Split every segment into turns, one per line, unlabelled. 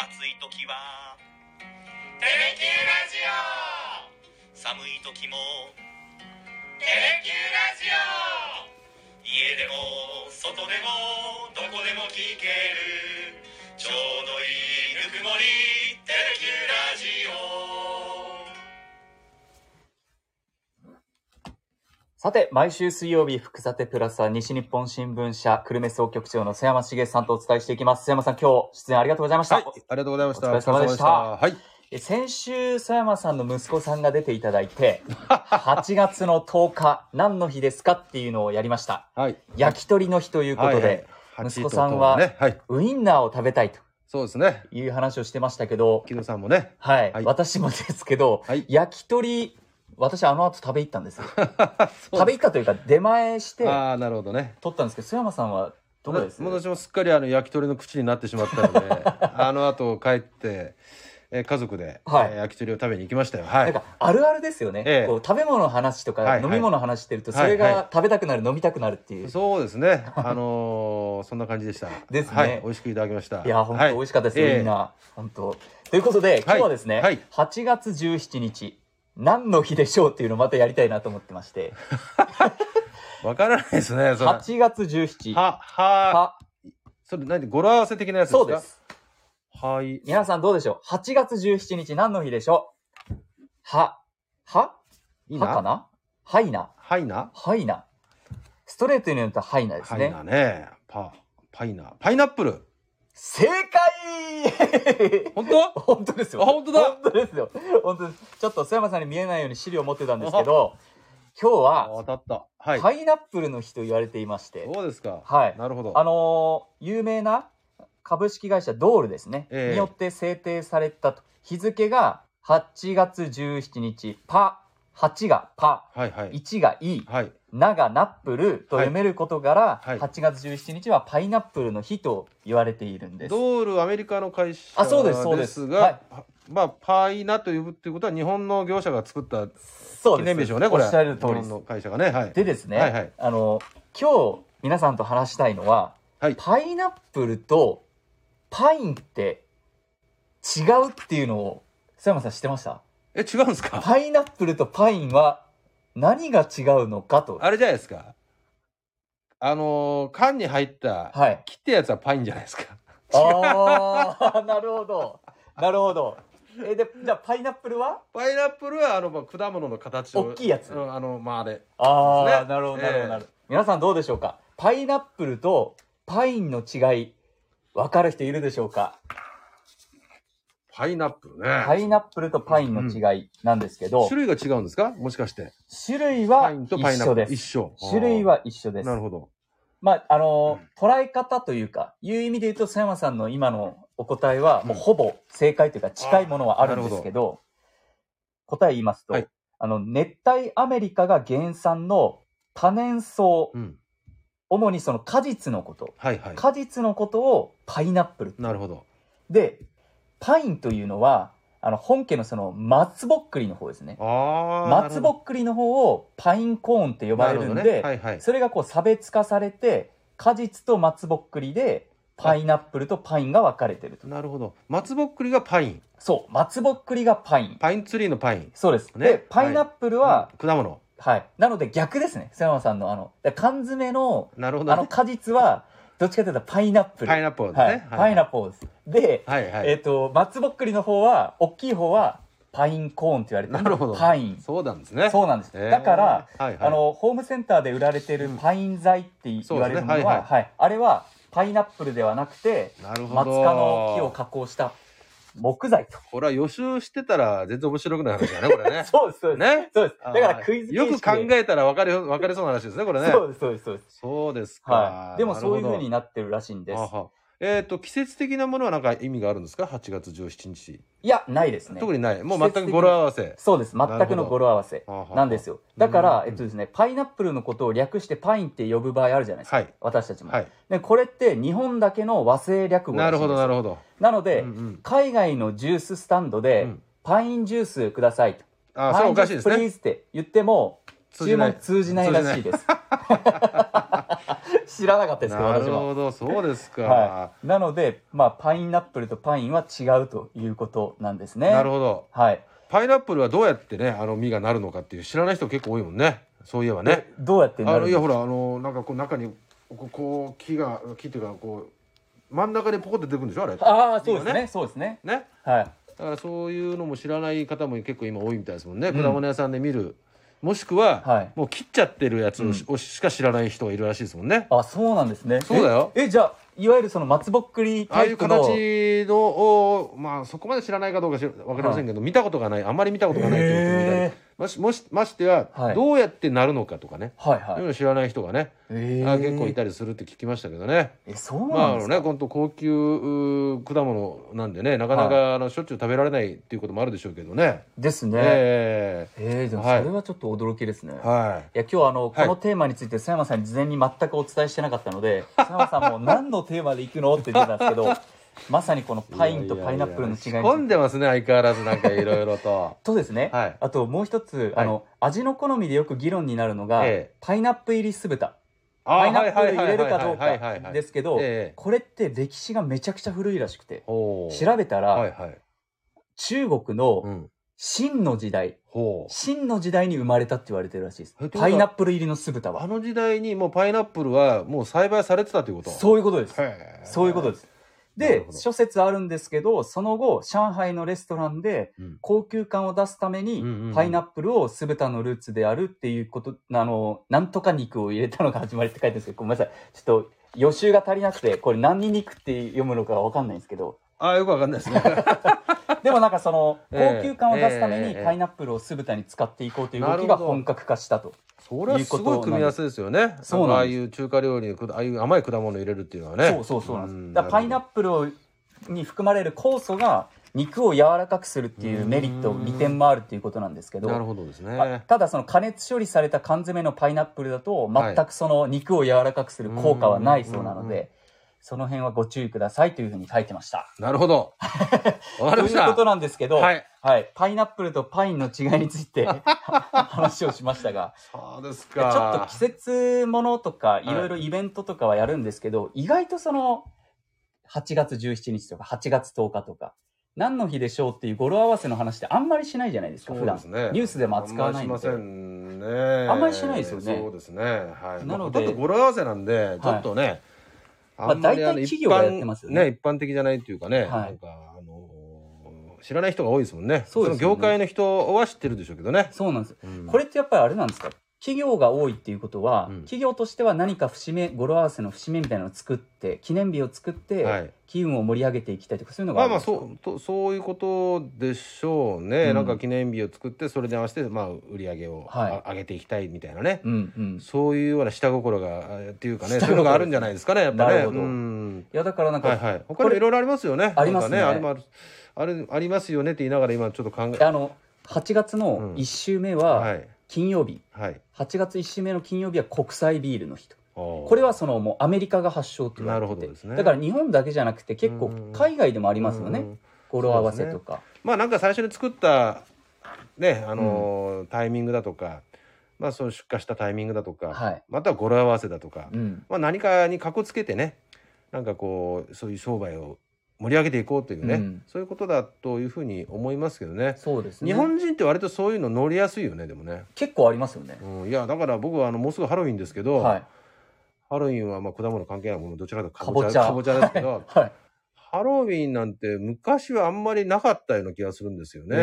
暑い時は
テレキューラジオ
寒い時も
テレキューラジオ
家でも外でもどこでも聞けるちょうどいいぬくもりテレキューラジオ
さて、毎週水曜日、福さてプラスは西日本新聞社、久留米総局長の瀬山茂さんとお伝えしていきます。瀬山さん、今日出演ありがとうございました。
はい、ありがとうございました。
お疲れ様でした
お疲れ様でし
え先週、瀬山さんの息子さんが出ていただい て、8月の10日、何の日ですかっていうのをやりました。
たはい。はい。
焼き鳥の日ということで、
はいはい
息子さんは
八ととね、はい。
ウインナーを食べたいと
そうですね。
いう話をしてましたけど、
木戸さんもね。
はい、
はい
私もですけど、
はい
焼き鳥、私あの後食べ行ったんです よ。食べ行ったというか、出前して、
ああ、なるほどね。
取ったんですけど、瀬山さんはどこです
もう私もすっかりあの焼き鳥の口になってしまったので、 あの後帰って、えー家族で、
はい
えー焼き鳥を食べに行きましたよ。は
なん
い
か。あるあるですよね、
ええ
こう食べ物の話と
は
か
い
飲み物の話してるとそ
はい
れ
はいはい
が食べたくなる、飲みたくなるっていう、
そうですね。あのーそんな感じでした。
ですね
はい。美味しくいただきました。
いや本当美味しかったですよ、みん
は
な本当ということで今日はですね、
はい
8月17日何の日でしょうっていうのをまたやりたいなと思ってまして
えーわ、からないですね。それは、
8月17
は、は、
は
それ何語呂合わせ的なやつですか
そうです
はい。
皆さんどうでしょう8月17日何の日でしょうははい
い
はか
な。
なはいな
はいな。
はいなストレートに言うとはいなです
パ
ね
イナね。パ、パイナ。パイナップル。
正解
本当
本当ですよ。
あ本当だ
本当ですよ。本当です。ちょっと須山さんに見えないように資料を持ってたんですけど、今日は
あ当たった。はい。
パイナップルの日と言われていまして、
そうですか。
はい
なるほど。
あのー有名な株式会社ドールですね、
ええ
によって制定されたと日付が8月17日、パ、8がパ、
はいはい。
1がイ、
はい。
ながナップルと読めることから、
はいはい
8月17日はパイナップルの日と言われているんです。
ドールアメリカの会社
あそうですそうです
が、
はい
まあパイナというっていうことは日本の業者が作った
そう
記
です
念日でしょうねこれ。
おっしゃる通り
日
で
本
す
の。会社がねはい。
でですね、
はいはい
あの今日皆さんと話したいのは
はい。
パイナップルとパインって違うっていうのを須山さん知ってました
え違うんですか。
パイナップルとパインは何が違うのかと
あれじゃないですか。あのー缶に入った
はい
切ったやつはパインじゃないですか。
ああ なるほどなるほどえでじゃあパイナップルは
パイナップルはあのまあ果物の形を
大きいやつ
うんあのまああれ。
ああ、
ね
なるほどなるほど
ええ
なるほど、皆さんどうでしょうかパイナップルとパインの違い分かる人いるでしょうか
パイナップルね。
パイナップルとパインの違いなんですけど、
種類が違うんですかもしかして。
種類
パ
は
インとパイ
一
ナッ
緒
プ
で
ル一
す。
緒。
種類は一緒です
な。るほど。
まあ、あのー、捉え方というか、いう意味で言うと、佐山さんの今のお答えは、
うん
もうほぼ正解というか、近いものはあるんですけど、答え言いますと
はい、
あの、熱帯アメリカが原産の多年草
う、ん。
主にその果実のこと、
はいはい。
果実のことをパイナップル。
なるほど。
で、パインというのは、あの、本家のその松ぼっくりの方ですね。
ああ。
松ぼ
く
っくりの方をパインコーンって呼ばれるんで、
はいはい。
それがこう差別化されて果実と松ぼっくりでパイナップルとパインが分かれてると
なるほど。松ぼっくりがパイン。
そう松ぼっくりがパイン
パインツリーのパイン。
そうです、
ね
でパイナップルは、
うん果物。
はいなので逆ですね瀬山さんのあのだから缶詰の
なるほ
あ
ど
の
ね。
果実はどっちかというとパイナップル
パイナップルですね。
はいパイナップルですで、
はいは
え
い。
っ、と松ぼっくりの方は大きい方はパインコーンって言われて
なるほど。
パイン
そうなんですね。
そうなんです、
えー
だから、
はいはい
あのホームセンターで売られてるパイン材って言われるものは、
そうですねはいはい
はいあれはパイナップルではなくて
なるほど。
松科の木を加工した木材 と。
これは予習してたら全然面白くない話だね、これね
そうですそうです、
ね。
そうですだから
あー
クイズ形
よ
式
く考
え
えたら分かり、分かりそうな話ですね、これね。
そうですそうですそうです
そうですか。
はいでもそういう
なる
ふ
ほ
う
ど
になってるらしいんです
はあはあえっ、と季節的なものはなんか意味があるんですか？8月17日、
いやないですね
特にない。もう
季節
全
的に
く語呂合わせ。
そうです全
なる
く
ほ
の
ど
語呂合わせ
はあはあ
なんですよだから
うん
えっとですねパイナップルのことを略してパインって呼ぶ場合あるじゃないですか、
はい
私たちも、
はい。
でこれって日本だけの和製略語
な
らしい
る
んです
ほどなるほど。
なので、
うんうん
海外のジューススタンドで、
うん
パインジュースくださいと。
あー、それはおかしいです
パイン
ね。
ジュースプリーズって言っても、
通
注
じな
文
い
通じないらしいです。知らなかったですけど、
な
私
る
も。
ほど、そうですか。
はい。なので、まあ、パイナップルとパインは違うということなんですね。
なるほど。
はい。
パイナップルはどうやってね、あの実がなるのかっていう知らない人結構多いもんね。そういえばね。
どうやってな
あ
る
のいやほらあのなんかこう中にこうこう木が木っていうかこう真ん中にポコって出てくるんでしょあれ。
ああ、そうです
実が
ね。。そうですね。
ね。
はい。
だからそういうのも知らない方も結構今多いみたいですもんね。果物屋さんで見る。もしくは、
はい
もう切っちゃってるやつをし,、しか知らない人がいるらしいですもんね。
あ、そうなんですね。
そうだよ
え、えじゃあ、いわゆるその松ぼっくり
ああ
タ
いう
イプの。
形のをまあそこまで知らないかどうかしわかりませんけど、見たことがないあまり見たことがないという人みたい
へ
でましもしましてや、
はい
どうやってなるのかとかね、
はい
そうい
は
う
い。
の知らない人がね、
え
あ結構
痛
い
い。
たりするって聞きましたけどね。
え、そう
ま
なん
ああ
で
の
す
ね
か。
本当高級うー果物なんでねなかな
は
かあのしょっちゅう食べられないっていうこともあるでしょうけどね。
ですね。え
え
ーでもそ
はい
れはちょっと驚きですね。
えは
い
い。
や今日はあの、
はい
このテーマについて佐山さんに事前に全くお伝えしてなかったので佐山さんも何のテーマで行くのって言ってたんですけ どまさにこのパインとパイナップルの違いについて。
混んでますね相変わらずなんかいろいろと
とですね、
はい
あともう一つ、
は
あ
い
の味の好みでよく議論になるのが、
ええ
パイナップ入り酢豚
あ
パ
は
イ
い
ナ
はい
ップ
は
ル
い
入
は
れ
い
る
はい
かどう
はいはいは
か
い
ですけど
ええ
これって歴史がめちゃくちゃ古いらしくて
ほう
調べたら、
はいはい。
中国
う
の
ん。
秦の時代
ほう。
秦の時代に生まれたって言われてるらしいです
えってことは
パイナップル入りの酢豚
あ
は
の時代にもうパイナップルはもう栽培されてたということ。
そういうことです
へえ
そういうことです。
なる
で
ほ、ど
諸説あるんですけど、その後、上海のレストランで
うん
高級感を出すために
うんうんうん、
パイナップルを酢豚のルーツであるっていうこと、あの、なんとか肉を入れたのが始まりって書いてあるんですけど、ごめんなさい。ちょっと予習が足りなくて、これ何に肉って読むのかわかんないんですけど、
ああよくわかんないです ね。
でもなんかその、
ええ
高級感を出すため
ええ
に
ええ
パイナップルを酢豚に使っていこうという動
なる
き
ほ
が
ど
本格化したと。
それはすごい組み合わせですよね。
そうなんです
ああいう中華料理にくだああいう甘い果物入れるっていうのはね。
そうそうそうなんです。だからパイナッ
プ
プルをに含まれる酵素が肉を柔らかくするっていうメリットを利点もあるっていうことなんですけど
なるほどですね。
あただその加熱処理された缶詰のパイナップルだと全くその肉を柔らかくする効果はないそうなの
うんうん
でその辺はご注意くださいというふうに書いてました。
なるほど。 わか
と
りま
い
し
うこ
た
と。なんですけど、
はい
はい、パイナップルとパインの違いについて 話をしましたが。
そうです
ちょっと
か
季。節ものとか
い
いろいろイベントとかはやるんですけど、意外とその8月17日とか8月10日とか何の日でしょうっていう語呂合わせの話ってあんまりしないじゃないですか普段ニュースでも扱わない
あんま
の
りしませ
で
んね。
あんまりしないですよね
そうですね。はい。
なの
ま
で
あちょっと語呂合わせなんで、ちょっとね。
まあ
んま
大
り
体
の
企業がやってますよね
一般一般的じゃないっていうかね。
い
なんか、あのー、知らない人が多いですもんね。
そうですよね
その業界の人は知ってるでしょうけどね。
そうなんです
うん
これってやっぱりあれなんですか企業が多いっていうことは、
うん
企業としては何か節目語呂合わせの節目みたいなのを作って記念日を作って、
はい
機運を盛り上げていきたいとかそういうのが
ま
あ
あ
るん
まあ
ですか
そうとそういうことでしょうね、
うん
なんか記念日を作ってそれに合わせてまあ売り上げをあ、
はい
上げていきたいみたいなね、
うんうん
そういうような下心があっていうかね
下心
そういうのがあるんじゃないですかねやっぱね
なるほど
うん
いやだからなんか、
はいはい他にもいろいろありますよね
ありますね
なんかあるあるありますよねって言いながら今ちょっと考え
あの8月の1週目
は
はい金曜日、
はい
8月1週目の金曜日は国際ビールの日と
こ
これはそのもうアメリカが発祥と言われて
なるほ
て、
どですね
だから日本だけじゃなくて結
う
構
ん
海外でもありますよね、語呂合わせとか、
まあなんか最初に作ったねあのータイミングだとかまあその出荷したタイミングだとか、
はい
または語呂合わせだとか、
うん、
まあ、何かにかこつけてねなんかこうそういう商売を盛り上げていこうというね、
うん
そういうことだというふうに思いますけどね
そうですね
日本人って割とそういうの乗りやすいよねでもね、
結構ありますよね、
うん、いやだから僕はあのもうすぐハロウィンですけど、
はい
ハロウィンはまあ果物関係ないものどちらかというと
か
か
ぼ
ぼ
ち
ち
ゃ
ゃですけど、
はい
ハロウィンなんて昔はあんまりなかったような気がするんですよ
へ
ね。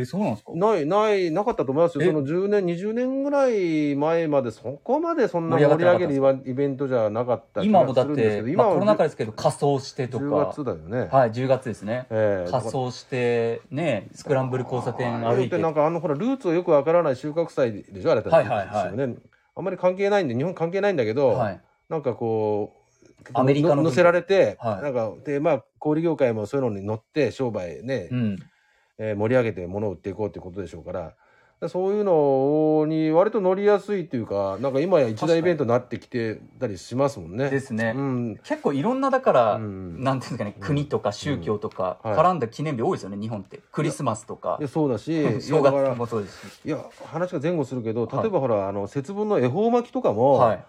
えそうなんですか
ないないなかったと思いますよ
え
その10年20年ぐらい前までそこまでそんな
盛り上が
盛
っ
り
てなか
上
ったん
げる
で
イワンイベントじゃなかった気
今もだ
がす
っ
るんです
て、
けど
まあ、コロナ禍
は
ですけど仮装してと
10
か
月だよね。
はい10月ですね
ええ
仮装してねスクランブル交差点歩いて
ああうのってなんかあのほらルーツをよくわからない収穫祭でしょあれだって
はいはいはい
ですよねあんまり関係ないんで日本関係ないんだけど、
はい
なんかこう
アメリカの文化
載せられて、
はい
なんかでまあ小売業界もそういうのに乗って商売ね、
うん
えー盛り上げて物を売っていこうってことでしょうから。そういうのに割と乗りやすいというか、なんか今や一大イベントになってきてたりしますもんね。
ですね
うん。
結構いろんなだから、
うん
なんていうんですかね国とか宗教とか
うんはい
絡んだ記念日多いですよね、日本ってクリスマスとか
いやそうだし、い や
正
だから
月もそうですし
いや話が前後するけど
はい
例えばほら、あの節分の恵方巻きとかも、
はい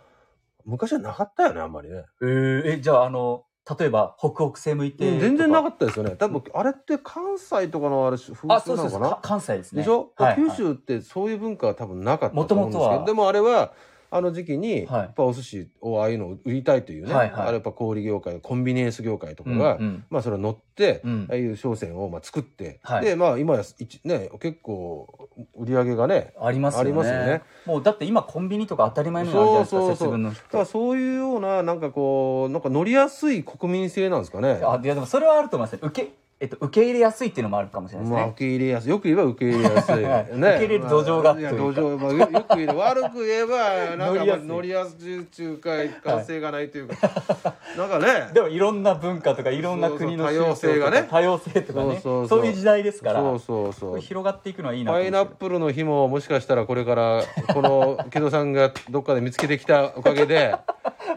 昔はなかったよね、あんまりね。
えーえ、じゃあ、あの、例えば、北北西向いてとか。
全然なか
っ
ったですよね。多分、あれって関西とかのあれ、風習
あ、そう
な
そうそ
のか
う。
な
か関西ですね。
でしょ、
はい
九州ってそういう文化は多分なかったと思うんですけど、
元々は
でもあれはあの時期に、
はい
やっぱお寿司をああいうのを売りたいというね、
はいはい
あれやっぱ小売業界コンビニエンス業界とか
うん
が、
うん
まあそれを乗って、
うん
ああいう商船をまあ作って、
はい
でまあ今や一ね結構売り上げがね
ありますよね。
ありますよね
もうだって今コンビニとか当たり前のようにあるじゃないですか、
そう
節
そうそう
分の日
だから
って。
そういうようななんかこうなんか乗りやすい国民性なんですかね。
あ、いやでもそれはあると思いますね。受け、えっと、受け入れやすいっていうのもあるかもしれないです
まあ、
ね
受。け入れやすい。よく言えば受け入れや すい。ね、
受け入れる土壌が
まあいや、
とい
土
うか
壌、まあ、よよく言える。悪く言えば、なんか、まあ乗
乗
りやすい中華、感性がないというか。 なんかね。
でもいろんな文化とかいろんな国の
そうそう
宗教とか
多様性がね
多様性とかね。
そうそうそ
そうういう時代ですから。
そうそうそ
こ
う
れ。広がっていくのはいいなと
パ
思う
イ
ん
ナ
で
ッ
すけど
プルの日ももしかしたらこれから この木戸さんがどっかで見つけてきたおかげ で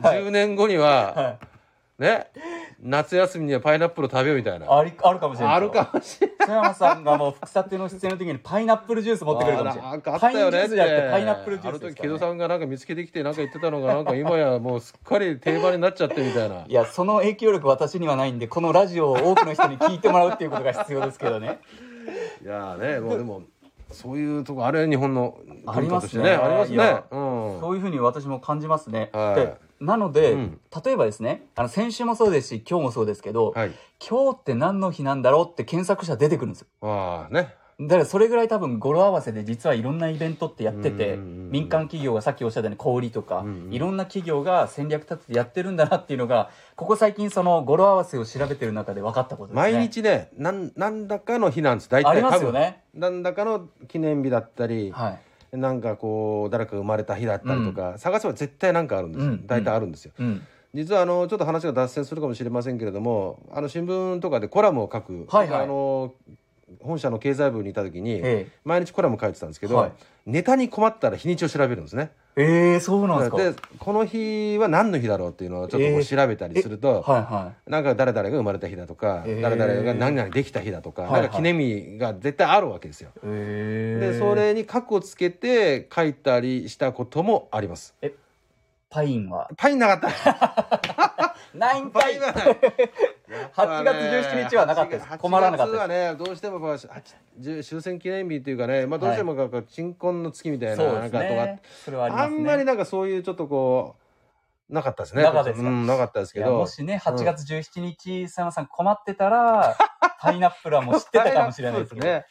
い
10年後には
はい。
ね夏休みにはパイナップル食べようみたいな
ありあるかもしれない。
ある。かもしれない
津山さんがもう福さての出演の 時にパイナップルジュース持ってくるかもしれな
あ
い。
んかあったよね
パインジュースじゃなくてパイナップルジュース
あの
です
時
か
木
らね
戸さんがなんか見つけてきてなんか言ってたのがなんか今やもうすっかり定番になっちゃってみたいない
や、その影響力私にはないんで、このラジオを多くの人に聞いてもらうっていうことが必要ですけどね。
いやーねもうでもそういうとこあれ日本の
あり
文化
ま
とし
す
て
ね
ねあります
い
ね
や
うん
そういうふうに私も感じますね。
はい
でなので、
うん
例えばですね、あの、先週もそうですし、今日もそうですけど、
はい
今日って何の日なんだろうって検索したら出てくるんですよ。
ああね
だからそれぐらい多分語呂合わせで実はいろんなイベントってやってて
うんうんうん
民間企業がさっきおっしゃったように小売りとか
うんうん
いろんな企業が戦略立ててやってるんだなっていうのがここ最近その語呂合わせを調べてる中で分かったことですね
毎日ねなんなんだかの日なんです大体
ありますよね
多分なんだかの記念日だったり、
はい
なんかこう誰かが生まれた日だったりとか、探せば絶対なんかあるんですよ、
うん
大体あるんですよ、
うん
実はあのちょっと話が脱線するかもしれませんけれどもあの新聞とかでコラムを書く、
はいはい
あの本社の経済部にいた時に、
ええ
毎日コラム書いてたんですけど、
はい
ネタに困ったら日にちを調べるんですね。
ええそうなんですか
でこの日は何の日だろうっていうのをちょっとこ
え
う
え
調べたりすると、
はいは
なんか誰々が生まれた日だとか、
えー
誰々が何々できた日だとか、
はいはい
なんか記念日が絶対あるわけですよ。
いええ
でそれに過去つけて書いたりしたこともあります。
パインは
パインなかった。
ないん
パ
か
イ
い
ンはない。
8月17日はなかったです困らなかったです
です。8月はね、どうしてもこうはちじゅ終戦記念日というかね、まあどうしてもこう鎮魂の月みたいな
そう
な
で
ん
す
かとか
ね、それはありま
あ
すね
んまりなんかそういうちょっとこうなかったですね。
なかったですか
うんなかったです
い
け
や
ど。
もしね8月17日、佐山さん困ってた らパイナップルはもう知ってたかもしれないですけど
ね。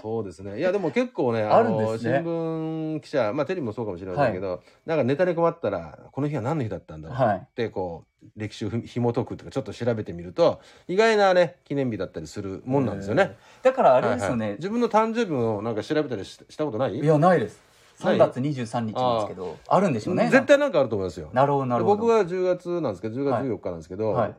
そうですね。いやでも結構ね、
あるん
の
ですね
新聞記者、まあテレビもそうかもしれませんけど、なんかネタに困ったらこの日は何の日だったんだろう
はい
ってこう歴史をひも解くとかちょっと調べてみると意外なね記念日だったりするもんなんですよね。
だからあれですよ
はいはい
ね、
自分の誕生日をなんか調べたりししたことない？
いやないです
ない
3月23日なんですけどあるんでしょうね
絶対なんかあると思いますよ。
なるほどなるほど
僕は10月なんですけど、10月
はい
14日なんですけど、
はい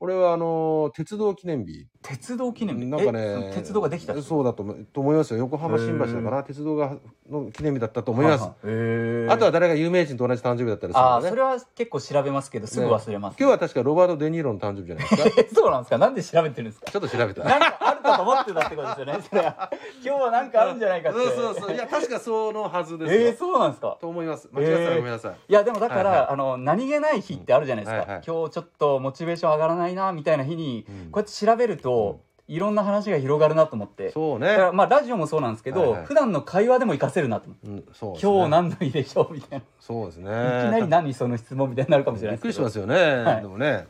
俺はあの鉄道記念日。
鉄道記念日
なんかね
え鉄道ができた
そうだと思と思いますよ横浜
へー
新橋だから鉄道がの記念日だったと思います、
はいはいへー
あとは誰が有名人と同じ誕生日だったりする
あ
の
ー
ね
それは結構調べますけどすぐ忘れます、
今日は確かロバート・デ・ニーロの誕生日じゃないですかち
えそうなんですかなんで調べてるんですか
ょっと調べた
なんかあるかと思ってたってことですよ ねそれは今日はなんかあるんじゃないかって
そうそうそういや確かそのはずですよ、
えー、そうなんですか
と思います間違ってたらごめんなさい、
いやでもだから、
はいはい
あの何気ない日ってあるじゃないですか、
うんはいはい
今日ちょっとモチベーション上がらないなみたいな日に、
うん
こうやって調べると、いろんな話が広がるなと思って
そう
だから
ね、
まあラジオもそうなんですけど、
はいはい
普段の会話でも活かせるなと思って、
うん、そうですね
今日何の日でしょうみたい
そうですねいき
な、いきなり何その質問みたいになるかもしれな
び
い
っ
ですけ
くり
ど
しますよね、
い
でもね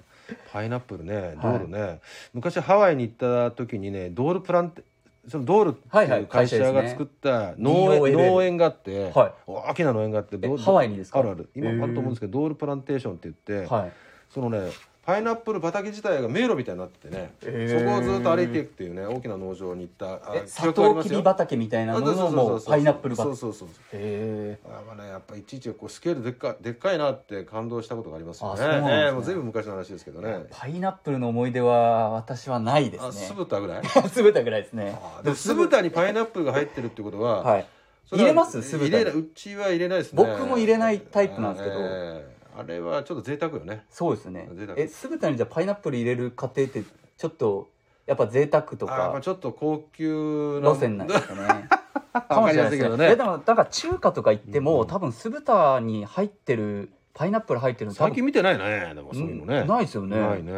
パイナップルねドールね、昔ハワイに行った時にねドールプランテそのドールって
はいはいいう
会社
会社
が
ですね
作った農園,、
DOLL
農園があって、
は
大きな農園があってドール
ハワイにですか
あるある今あ
へ
る
ー
と思うんですけどドールプランテーションって言って、
はい
そのねパイナップル畑自体が迷路みたいになっててね、
へ
そ
ー
こをずっと歩いていくっていうね大きな農場に行ったあ
え
記
サ
憶あり
ト
ま
ウ
す
キ
よ
ビ畑みたいな
あ
の
そうそう
の
そう
もう
そう
パイナップル
そ
畑
うそうそう
へえ
あまあね、やっぱいちいちこうスケールでっかでっかいなって感動したことがありますよね。
あそうなんですね
ええもう全部昔の話ですけどね。
パイナップルの思い出は私はないで
あ、
す
酢
ね
豚ぐ らい。
酢豚ぐらいですね
あでも酢豚にパイナップルが入ってるってことは、
はい
そは
入れます酢豚に
入れないうちは入れないですね。
僕も入れないタイプなんですけど
ええあれはちょっと贅沢よね。
そうですね
贅沢
え酢豚にじゃあパイナップル入れる過程ってちょっとやっぱ贅沢と
あ、やっぱ
か
ちょっと高級な
路線なんですかねか
わ
も
か
しれない
りません
で
け
す
ど
ねいや
ね
で。もだから中華とか行っても、
うん
多分酢豚に入ってるパイナップル入ってるの多
最
分
近見てないねでもそういうのね
うんないですよね
ないね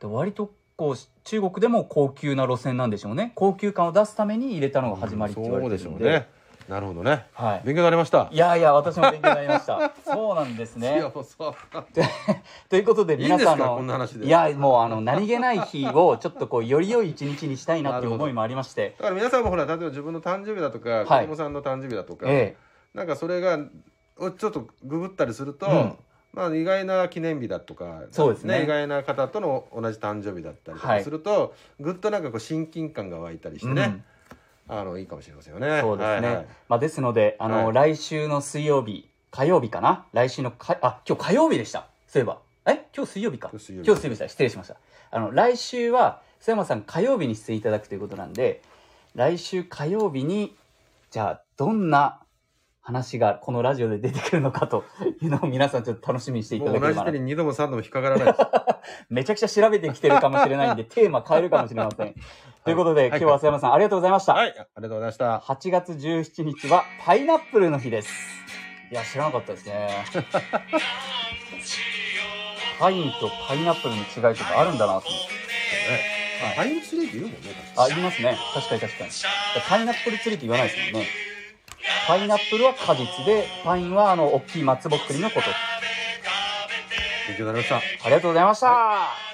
で割とこう中国でも高級な路線なんでしょうね高級感を出すために入れたのが始まりって言われてる
そ
んで,、
うでしょうねなるほどね
はい
勉強になりました
いやいや私も勉強になりましたそうなんです
い
ね
やもうそう
ということで
いいん
皆
ですか
さんの
こんな話で
いやもうあの何気ない日をちょっとこうより良い一日にしたいなっていう思いもありまして
だから皆さんもほら例えば自分の誕生日だとか、
い
子供さんの誕生日だとか、
え
なんかそれがおちょっとググったりすると、
うん
まあ、意外な記念日だとか
そうですね
意外な方との同じ誕生日だったりと
は
か
い
すると、ぐっとなんかこう親近感が湧いたりし
え、
てね、あのいいかもしれませんよね。
そうですね、
はいはい
まあ、ですのであの、
はい
来週の水曜日火曜日かな来週のかあ今日火曜日でしたそういえばえ今日水曜日か
今日水曜日
今日水曜日でした失礼しましたあの来週は須山さん火曜日に出演いただくということなんで来週火曜日にじゃあどんな話がこのラジオで出てくるのかというのを皆さんちょっと楽しみにしていただ
も
け
う
れば
同
な
じ手に2度も3度も引っかからないです。
めちゃくちゃ調べてきてるかもしれ ないんで、テーマ変えるかもしれません。ということで、今日は浅山さん、ありがとうございました。
はい、ありがとうございました。
8月17日はパイナップルの日です。いや、知らなかったです ね。パインとパイナップルの違いとかあるんだなと思って。
パインツリーって言うもんね。
あ、言いますね。確かに確かに。パイナップル釣りって言わないですもんね。パイナップルは果実で、パインはあの、大きい松ぼっくりのこと。あ
勉強になりました。
りがとうございました。